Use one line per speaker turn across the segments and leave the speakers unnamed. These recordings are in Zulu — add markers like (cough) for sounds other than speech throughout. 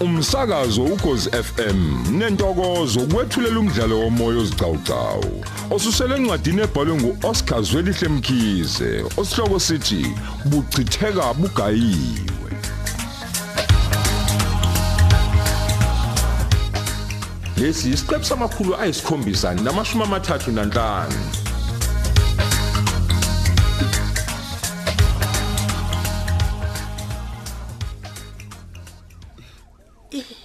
Umsakazo ukhozi FM nentokozo kwethulela umdlalo womoya ozicawucawu osusele encwadini ebhalwe ngu-Oscar Zwelihle Mkhize osihloko sithi buchitheka bugayiwe Lesi isiqephu samakhulu ayisikhombisa namashumi amathathu nanhlanu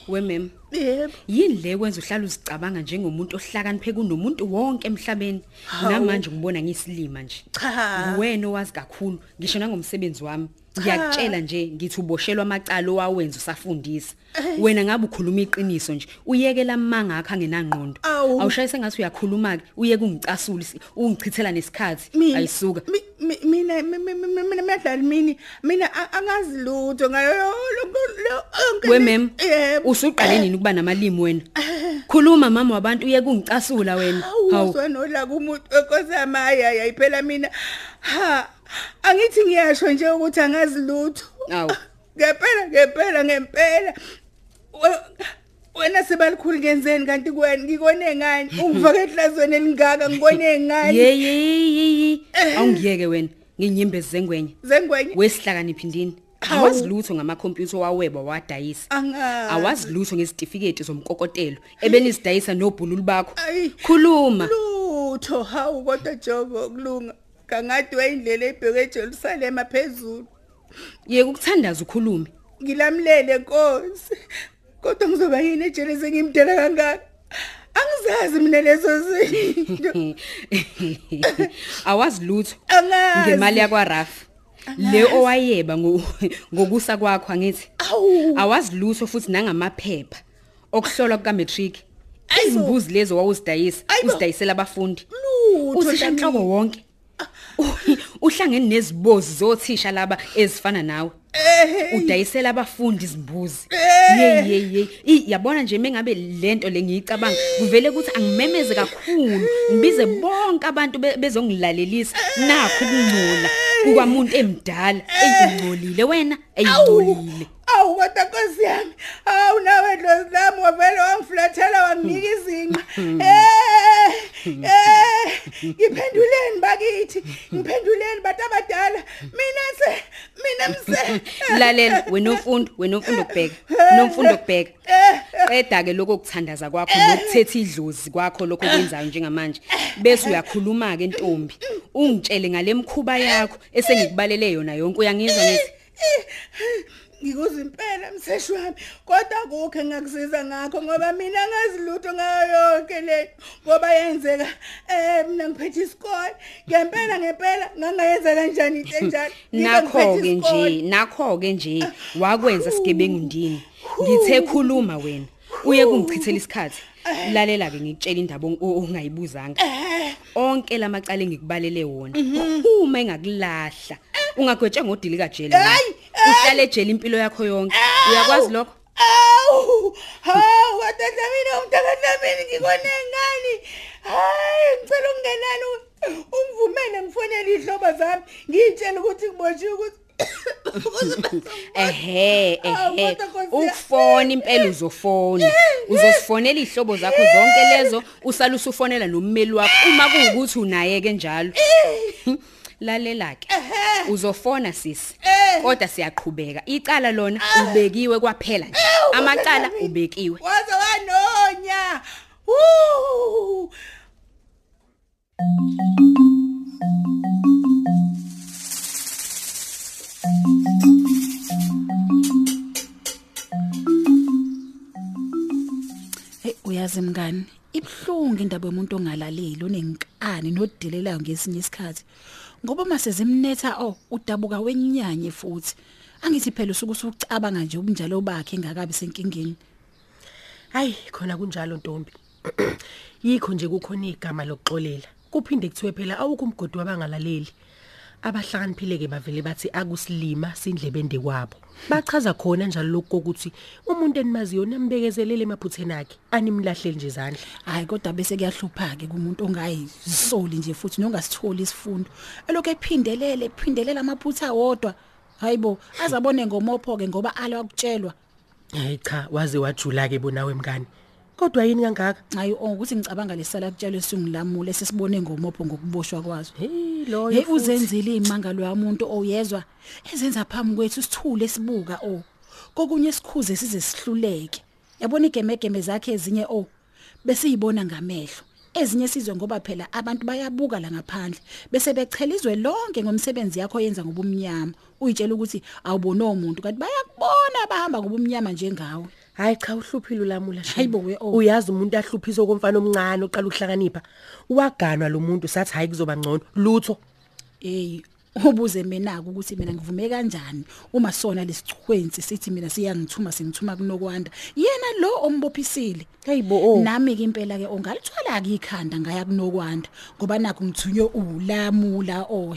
wemem
Yebo.
yini le kwenza uhlala uzicabanga njengomuntu ohlakaniphe kunomuntu wonke emhlabeni namanje ngibona ngiyisilima nje
Cha.
wena owazi kakhulu ngisho nangomsebenzi wami
Ah.
ngiyakutshela nje ngithi uboshelwa amacala owawenza usafundisa
Eyi.
wena ngabe ukhuluma iqiniso nje uyekela amanga akho angenangqondo
Awu.
awushayise ngathi uyaqhuluma-ke uyeke ungicasule ungichithela nesikhathi
Mina-
ayisuka
mi- mi- mina mi- mi- mi- mi- mina madlali mini mina a- angazi lutho ngayo lonke
wemem
yebo Eh,
usuqale nini ukuba namalimi wena khuluma mama wabantu uyeke ungicasula wena hawu
awuzwanola kumuntu enkosi yamaya yayiphela mina ha angithi ngiyasho nje ukuthi angazi lutho
Awu.
(laughs) ngempela ngempela ngempela We- wena sebalikhulu ngenzeni kanti kwena ngikone ngani ungivake ehlazweni elingaka ngikone ngani
yeyeyeyi
Eh.
awungiyeke wena nginyembezi zengwenye
zengwenye
wesihlakaniphi ndini
Hawu.
awazi lutho ngamakhompyutha owaweba wadayisa
Angazi.
awazi lutho ngezitifiketi zomkokotelo ebenizidayisa nobhululu bakho
Ayi.
khuluma
lutho hawu kodwa jobo kulunga kangathi wayindlela ebheke eJerusalema phezulu
yeke ukuthandaza
(laughs)
ukhulume
ngilamlele nkosi kodwa ngizoba yini ejele sengimdela kangaka angizazi mina lezo zinto
(laughs) awazi lutho
angazi
ngemali yakwarafu le owayeba ngo- (laughs) ngokusa kwakho angithi
awu
awazi lutho futhi nangamaphepha okuhlolwa kukametric
Ayibo.
izimbuzi lezo wawuzidayisa
Ayibo.
uzidayisela abafundi
Lutho,
uthisha
Ntami.
nhloko wonke U- (laughs) uhlangene nezibozi zothisha laba ezifana nawe udayisela abafundi izimbuzi yeyi yeyi yeyi Eyi, yabona nje mengabe lento lengiyicabanga kuvele ukuthi angimemeze kakhulu ngibize bonke abantu be- bezongilalelisa nakho ukungcola kukwamuntu emdala eyingcolile wena eyingcolile
awu kodwa nkosi yami awu nawe dlozi lami wavele wangifulathela wanginika izinqa Eh, eh, ngiphenduleni bakithi ngiphenduleni bantu abadala mina se mina mse
lalela wena mfundo wena mfundo kubheka nomfundo kubheka
Eh,
qeda ke lokho okuthandaza kwakho lokuthetha idlozi kwakho lokho okwenzayo njengamanje bese uyakhuluma ke ntombi ungitshele ngale mkhuba yakho esengikubalele yona yonke uyangizwa ngithi
ngikuza impela mseshi wami kodwa kukho engakusiza ngakho ngoba mina angazi lutho ngayo yonke lento ngoba yenzeka um mina ngiphethe isikole ngempela ngempela ngangayenza kanjani into enjalo Mina ngiphethe
nakho ke nje
isikole.
nakho ke nje wakwenza sigebengu ndini ngithe khuluma wena uye kungichithela isikhathi lalela ke ngikutshela indaba ong- o- ongayibuzanga
Eh,
onke lamacala engikubalele wona uma engakulahla ungagwetshwa ngodili kajeli
Ayi, ayi.
uhlale ejeli impilo yakho yonke uyakwazi lokho
awu hawu wadatla mina umntakadlamini ngikone ngani hayi ngicela ukungenani u- ungivumele ngifonele iy'hlobo zami ngiy'tshele ukuthi ngiboshiwe ukuthi
ehe
Awu,
ehe
kodwa Nkosi yami.
ukufona impela uzofona uzosifonela iy'hlobo zakho zonke lezo usale usufonela nommeli wakho uma kuwukuthi unaye-ke njalo lalela-ke uzofona sisi
Eh.
kodwa siyaqhubeka icala lona ubekiwe kwaphela
Eh,
nje amacala
Nkosi yami.
ubekiwe
waze wanonya Woo!
Hey uyazi mngani ibhlungu indaba yomuntu ongalaleli onenkani nodilelayo ngesinye isikhathi ngoba mase zimnetha oh udabuka wenyanye futhi angithi phela usuku usucabanga nje ubunjalo bakhe engakabi senkingeni
Hayi khona kunjalo Ntombi. (clears throat) Yikho nje kukhona igama lokuxolela. Kuphinde kuthiwe phela awukho umgodi wabangalaleli. Abahlakaniphile ke bavele bathi akusilima sindlebende kwabo. Bachaza khona njalo lokho ukuthi umuntu enimaziyo nambekezelele emaphutheni akhe animlahleli nje izandla.
hayi kodwa bese kuyahlupha ke kumuntu ongayisoli nje futhi nongasitholi isifundo elokho ephindelele ephindelela amaphutha wodwa hayibo azabone ngomopho ke ngoba alwa kutshelwa
hayi cha waze wajula ke bonawe mngani kodwa yini kangaka
hayi oh ukuthi ngicabanga lesala kutshelwe singilamule sesibone ngomopho ngokuboshwa kwazo
hey loyo
hey
futhi.
uzenzile imangalo yamuntu oyezwa ezenza phambi kwethu sithule sibuka o kokunye sikhuze size sihluleke yabona igemegeme zakhe ezinye o bese izibona ngamehlo ezinye sizwe ngoba phela abantu bayabuka la ngaphandle bese bechelizwe lonke ngomsebenzi yakho oyenza ngobumnyama uyitshela ukuthi awubone umuntu kanti bayakubona bahamba ngobumnyama njengawe
hayi cha uhluphile ulamula shame.
Hayibo, we, oh.
uyazi umuntu ahluphiso komfana omncane oqala ukuhlakanipha waganwa lo muntu sathi hayi kuzoba ngcono lutho
hey ubuze mina ukuthi mina ngivume kanjani uma sona lesichwenzi sithi mina siyangithuma singithuma kunokwanda yena lo ombophisile
Hayibo, oh.
nami ke impela ke ongalithwala ke ikhanda ngaya kunokwanda ngoba nakho ngithunywe ulamula oh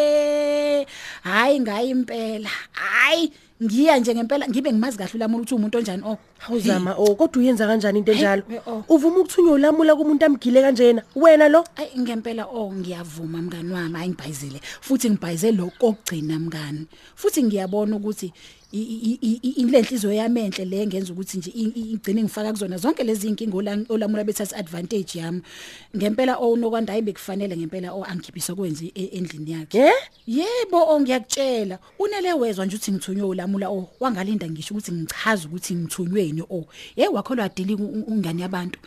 he hayi ngayi impela hayi ngiya nje ngempela ngibe ngimazi kahle ulamula ukuthi umuntu onjani oh
awuzama o kodwa uyenza kanjani into
Hey,
enjalo
we, oh.
uvuma ukuthunywa ulamula kumuntu amgile kanjena wena lo
Ay ngempela oh ngiyavuma mngani wami hayi ngibhayizile futhi ngibhayize lokho okugcina mngani futhi ngiyabona ukuthi i- i- i- ilenhliziyo yamenhle le ngenza ukuthi nje i- i- igcine ngifaka kuzona zonke lezi inkingo olamula bethatha advantage yami ngempela oh nokwanda hayi bekufanele ngempela oh angikhiphisa kwenzi e- endlini yakhe
ye
yebo oh ngiyakutshela unele wezwa nje uthi ngithunywe ulamula oh wangalinda ngisho ukuthi ngichaze ukuthi ngithunyweni oh hey wakho lwadili ungane yabantu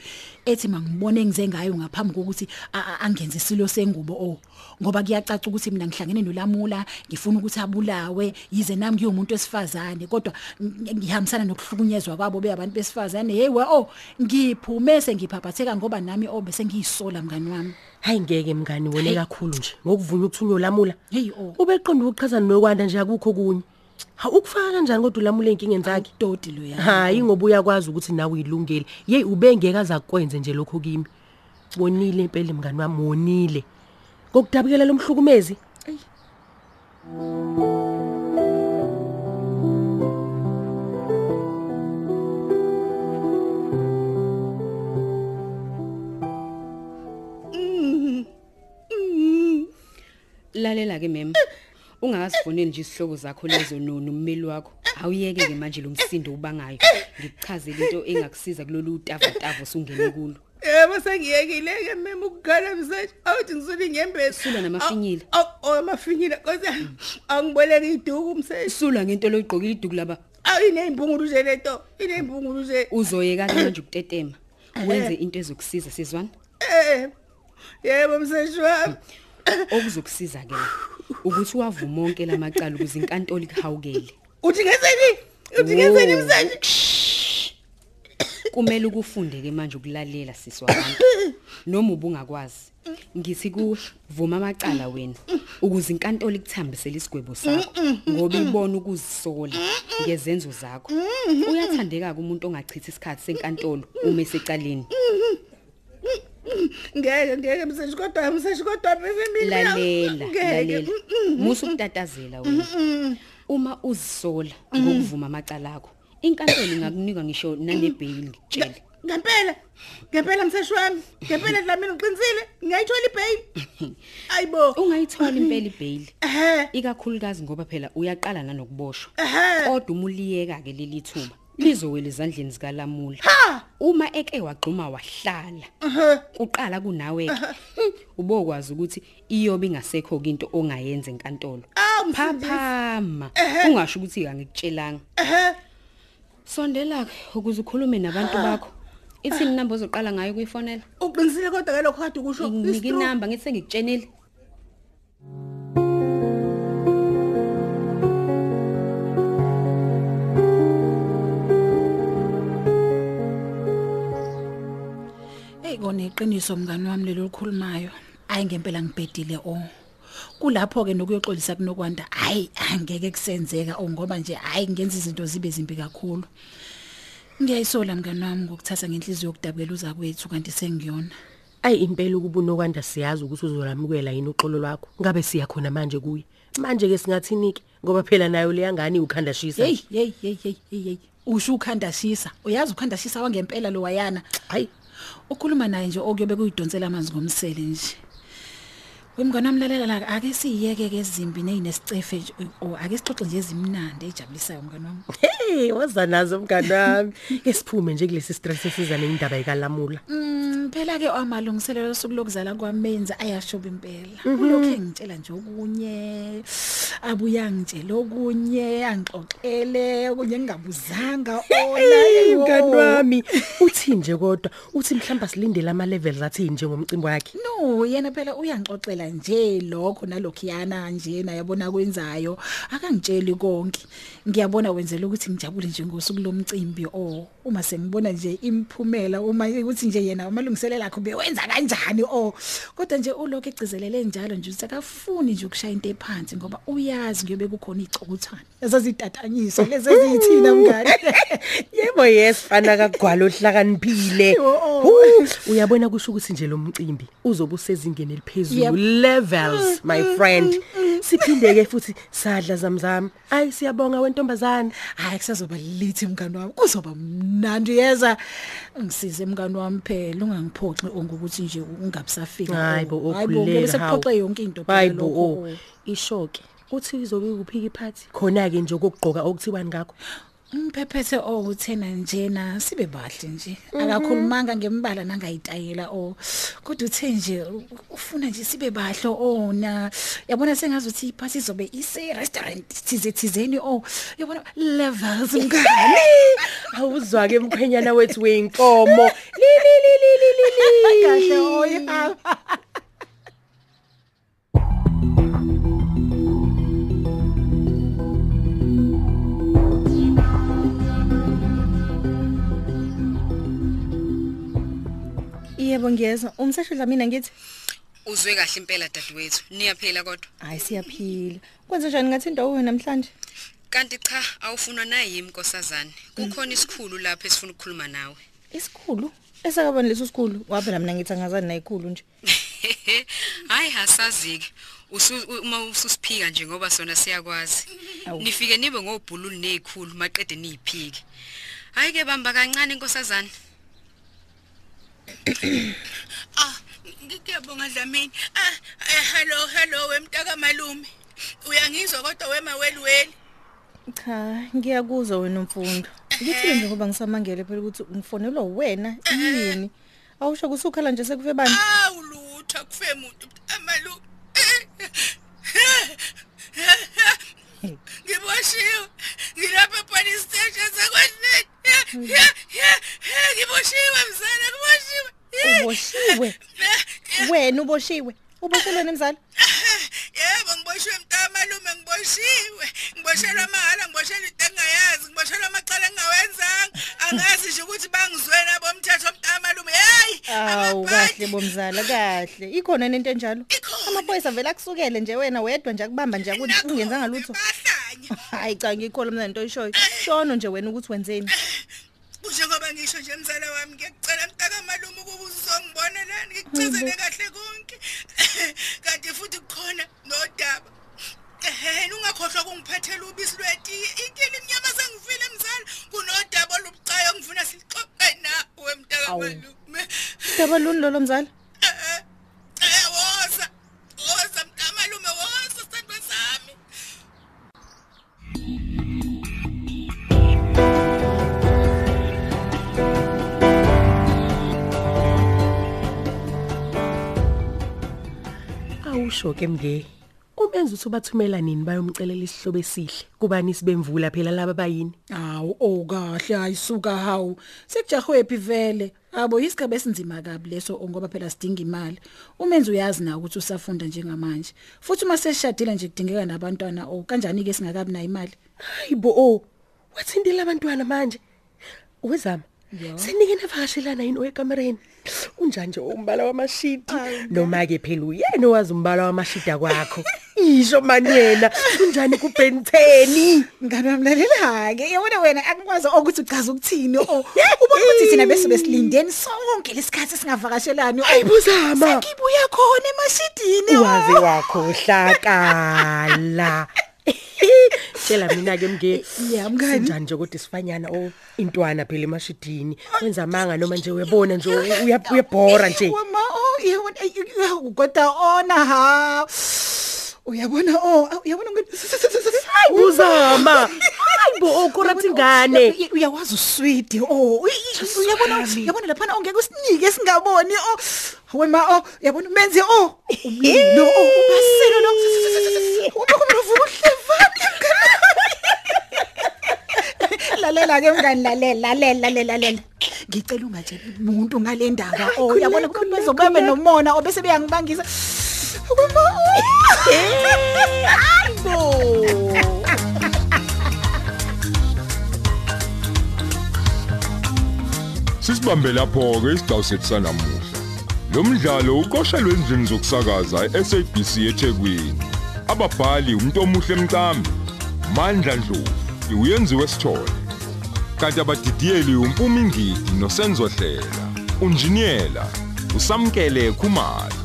ethi mangibone ngize ngayo ngaphambi kokuthi a- a- angenze isilo sengubo oh ngoba kuyacaca ukuthi mina ngihlangene nolamula ngifuna ukuthi abulawe yize nami ngiyomuntu esifazane kodwa ng- ngihambisana nokuhlukunyezwa kwabo beyabantu besifazane hey we oh ngiphume sengiphaphatheka ngoba nami oh bese ngiyisola mngani wami
hayi ngeke mngani wone
Hey.
kakhulu nje ngokuvunywa ukuthunywa ulamula
Hey, oh.
ubeqonda ukuchazana nokwanda nje akukho kunye hawu ukufaka kanjani kodwa ulamula enkingeni zakhe
dodi lo yami
hayi ngoba uyakwazi ukuthi nawe uyilungele yeyi ubengeke aza kwenze nje lokho kimi wonile impela mngani wami wonile ngokudabukela lo mhlukumezi
lalela ke mem ungakazifoneli nje isihloko zakho lezo no- nommeli wakho awuyeke ke manje lo msindo ubangayo ngikuchazele into engakusiza kulolu tavotavo sungene kulo
yebo sengiyekile-ke mema ukukhala mseshe awuthi ngisule inyembezi
Sula namafinyila.
Aw- aw- aw, amafinyila kosi angiboleka iduku mseshe
sulwa ngento loyigqokile iduku laba
awu iney'mbungulu nje leto iney'mbungulu nje
uzoyeka ke manje ukutetema wenze into ezokusiza sizwana
um yebo mseshe wami
okuzokusiza ke ukuthi wavume wonke lamacala ukuze inkantolo kuhawukele
uthi ngeseni uthi ngeseni mseshe
kumele ukufunde ke manje ukulalela sisi wabantu noma ubungakwazi ngithi kuvuma amacala wena ukuze inkantolo ikuthambisele isigwebo sakho ngoba ibona ukuzisola ngezenzo zakho uyathandeka kumuntu ongachitha isikhathi senkantolo uma esecaleni
ngeke ngeke mseshe kodwa mseshe kodwa befemile
lalela lalela
Mm,
musu ukutatazela wena uma uzisola ngokuvuma amacala akho inkantolo ingakunika ngisho nanebhayili ngitshele
ngempela ngempela mseshe wami ngempela dlamini ngiqinisile ngiyayithola
(laughs)
ibheyili ayibo
ungayithola impela ibhayili
ehe
ikakhulukazi ngoba phela uyaqala nanokuboshwa
Ehhe.
kodwa uma uliyeka ke leli thuba lizowela ezandleni zikalamula
Ha!
uma eke wagxuma wahlala
ehe
kuqala kunawe ke ubokwazi ukuthi iyobe ingasekho into ongayenza enkantolo
Awu, Msindisi.
phaphama ungasho ukuthi angikutshelanga
ehe
sondela ke ukuze ukhulume nabantu bakho ithini inamba ozoqala ngayo kuyifonela
uqinisile kodwa kalokho kade kusho
nginika
is-true.
inamba ngithi sengikutshenile
Hey kone iqiniso mngani wami lelo likhulumayo. Hayi ngempela ngibhedile o. Kulapho ke nokuyoxolisa kunokwanda. Hayi angeke kusenzeka o ngoba nje hayi ngenza izinto zibe zimbi kakhulu. Ngiyayisola mngani wami ngokuthatha ngenhliziyo yokudabukela uzakwethu kanti sengiyona.
ayi impela ukubunokwanda siyazi ukuthi uzolamukela yini uxolo lwakho ngabe siya khona manje kuye manje-ke singathini-ke ngoba phela nayo leyangane iwukhanda shisa
Hey hey hey hey hey. hey. Usho ukhanda shisa. Uyazi ukhanda shisa wangempela lo wayana.
hayi
Ukhuluma naye nje okuyobe kuyidonsela amanzi ngomsele nje. Wemngane amlalela la ake siyeke ke ezimbi nezinesicefe nje o ake sixoxe nje ezimnandi ejabulisayo mngane wami.
Hey, waza nazo mngani (laughs) wami. Esiphume nje kulesi stress esiza nendaba ekalamula.
Mm phela ke amalungiselelo soku lokuzala kwamenza ayashoba impela.
Mhm.
Ulokhe ngitshela nje okunye. Abuya ngitshela okunye, angixoxele okunye engingabuzanga ona
Hey,
ewo.
mngani wami, uthi nje kodwa, uthi mhlamba silindele ama levels athi nje ngomcimbi wakhe.
No, yena phela uyangixoxela nje lokho nalokhiyana nje naye yabona kwenzayo. Akangitsheli konke. Ngiyabona wenzela ukuthi ngijabule nje ngosuku lomcimbi o. Uma sengibona nje imphumela uma ukuthi nje yena amalungiselelo akhe bewenza kanjani o. Kodwa nje ulokho egcizelele njalo nje ukuthi akafuni nje ukushaya into ephansi ngoba uyazi ngebe kukhona icokothwana. Ezazitatanyiso lezi ezithina (laughs) mngane.
Yebo yes fana kagwalo ohlakaniphile.
Oh, oh.
Hu, Uyabona kusho ukuthi nje lo mcimbi uzobe usezingeni
Yep.
eliphezulu levels my friend. Siphindeke futhi sadla zamzama. Ayi siyabonga wentombazana.
hayi kusazoba lithi mngani wami kuzoba mnandi uyeza ngisize mngani wami phela ungangiphoxi ongokuthi nje ungabusafika
Hayibo
ngoba
okhulela
sekuphoxe yonke into phela
Hayibo
lokho,
oh ishoke. Uthi uzobe ukuphika iphathi. Khona ke nje ukugqoka okuthiwani ngakho.
umphephethe owuthena njena sibe bahle nje akakhulumanga ngembala nangayitayela o kodwa uthe nje u- ufuna nje sibe bahle ona yabona sengazuthi iphathi izobe ise restaurant thize thizeni o yabona levels mngani
Awuzwa ke mkhwenyana wethu weinkomo. Li li li li li li. li.
kahle oyihamba
Yebo ngiyezwa. Umsashudla mina ngithi
Uzwe kahle impela dadewethu. Niyaphila kodwa.
hayi siyaphila. Kwenze njani ngathinta uwe namhlanje?
Kanti cha awufunwa naye imkosazana. Kukhona isikhulu lapha esifuna ukukhuluma nawe.
Isikhulu. Esakabani leso sikhulu? Waphela mina ngithi angazani na ikhulu nje.
(laughs) Hayi hasazike. Usu u- uma ususiphika nje ngoba sona siyakwazi.
Awu.
Nifike nibe ngobhululu nezikhulu maqede niyiphike. Hayi ke bamba kancane inkosazana.
Ah, ngiyabonga Dlamini. Ah, eh, hello, hello wemntaka malume. Uyangizwa kodwa wemawelweni.
Cha, ngiyakuzwa wena mfundo. Ngithile nje ngoba ngisamangele phela ukuthi ngifonelwa wena yini? Awusho kusukhala nje sekufe bani?
Awu lutho kufe umuntu amalume. Ngiboshiwe. Ngilapha police station sekwendlini. Ngiboshiwe mzala, ngiboshiwe. Eh,
Uboshiwe. Wena uboshiwe. Uboshelwe nemzali?
(laughs) Yebo ngiboshwe mntamalume ngiboshiwe ngiboshelwa mahala ngiboshelwa into engayazi ngiboshelwa amaqala engawenzanga angazi nje ukuthi bangizwe nabo mthetho mntamalume hey
Awu kahle bomzala kahle. Ikhona nento enjalo.
Ikhona.
Amaphoyisa vela akusukele nje wena wedwa nje akubamba nje ukuthi ungenzanga lutho.
bahlanye
Hayi cha ngikholwa mina into oyishoyo. Shono nje wena ukuthi wenzeni.
njengoba ngisho nje mzala wami ngiyacela mntamalume ukuba uzongibona lana ngikuchazele kahle konke (laughs) kanti futhi kukhona nodaba ehe ungakhohlwa ukungiphathela ubisi lweti itini mnyama sengivile mzala kunodaba olubuqayo ngifuna silixoxe nawe mntamalume
Daba luni lolo mzala?
Eh, eh, woza woza mntamalume woza sithandwa sami
Awusho ke mnge. Ubenza ukuthi bathumela nini bayomcelela isihlobo esihle. Kubani sibemvula phela laba bayini?
Awu oh kahle ayisuka hawu sekujahwephi vele abo isigaba esinzima kabi leso oh, ngoba phela sidinga imali umenzi uyazi na ukuthi usafunda njengamanje futhi uma seshadile nje kudingeka nabantwana o kanjani ke singakabi nayo imali
Hayibo oh. Wathindile abantwana manje. Wezama. Sinike navakashelana yini oyekamereni. Unjani nje umbala wamashidi? Noma ke phela uyena owazi umbala wamashida (laughs) kwakho. Isho manwena, unjani kubhenteni?
ngani amlalela ke yabona wena akwazi ukuthi uchaza ukuthini o (laughs) uba futhi thina bese besilindeni sonke lesikhathi singavakashelani
Ayibuzama.
sekibuya khona emashidini oh.
(laughs) Uwaze wakhohlakala. tela mina ke mke
Ya, mngani.
sinjani nje kodwa isifanyana o intwana phela emashidini wenza amanga noma nje uyabona nje uya- uyabhora nje
Wema, oh, yabona, ay, ay, e, kodwa ona ha uyabona oh aw, uyabona
uzama hayi bo okorathi ingane
ngane uyawazi uswidi oh uy- uy- uyabona uyabona laphana ongeke usinike singaboni oh wema oh uyabona menze oh umlilo oh ubaselo lo ubekumrovuhle vani lalela ke mngani lalela lalela lalela lalela ngicela ungatsheli umuntu ngale ndaba oh uyabona bezobeme nomona obese beyangibangisa wema oh hayibo
Sisibambe lapho ke isigcawu sethu sanamuhla. Lo mdlalo uqoshelwe endlini zokusakaza SABC eThekwini. Ababhali umuntu omuhle emcambi, Mandla Dlovu, uyenziwe sithole. Kanti abadidiyeli uMpumi Ngidi noSenzo Hlela, unjiniyela uSamkele Khumalo.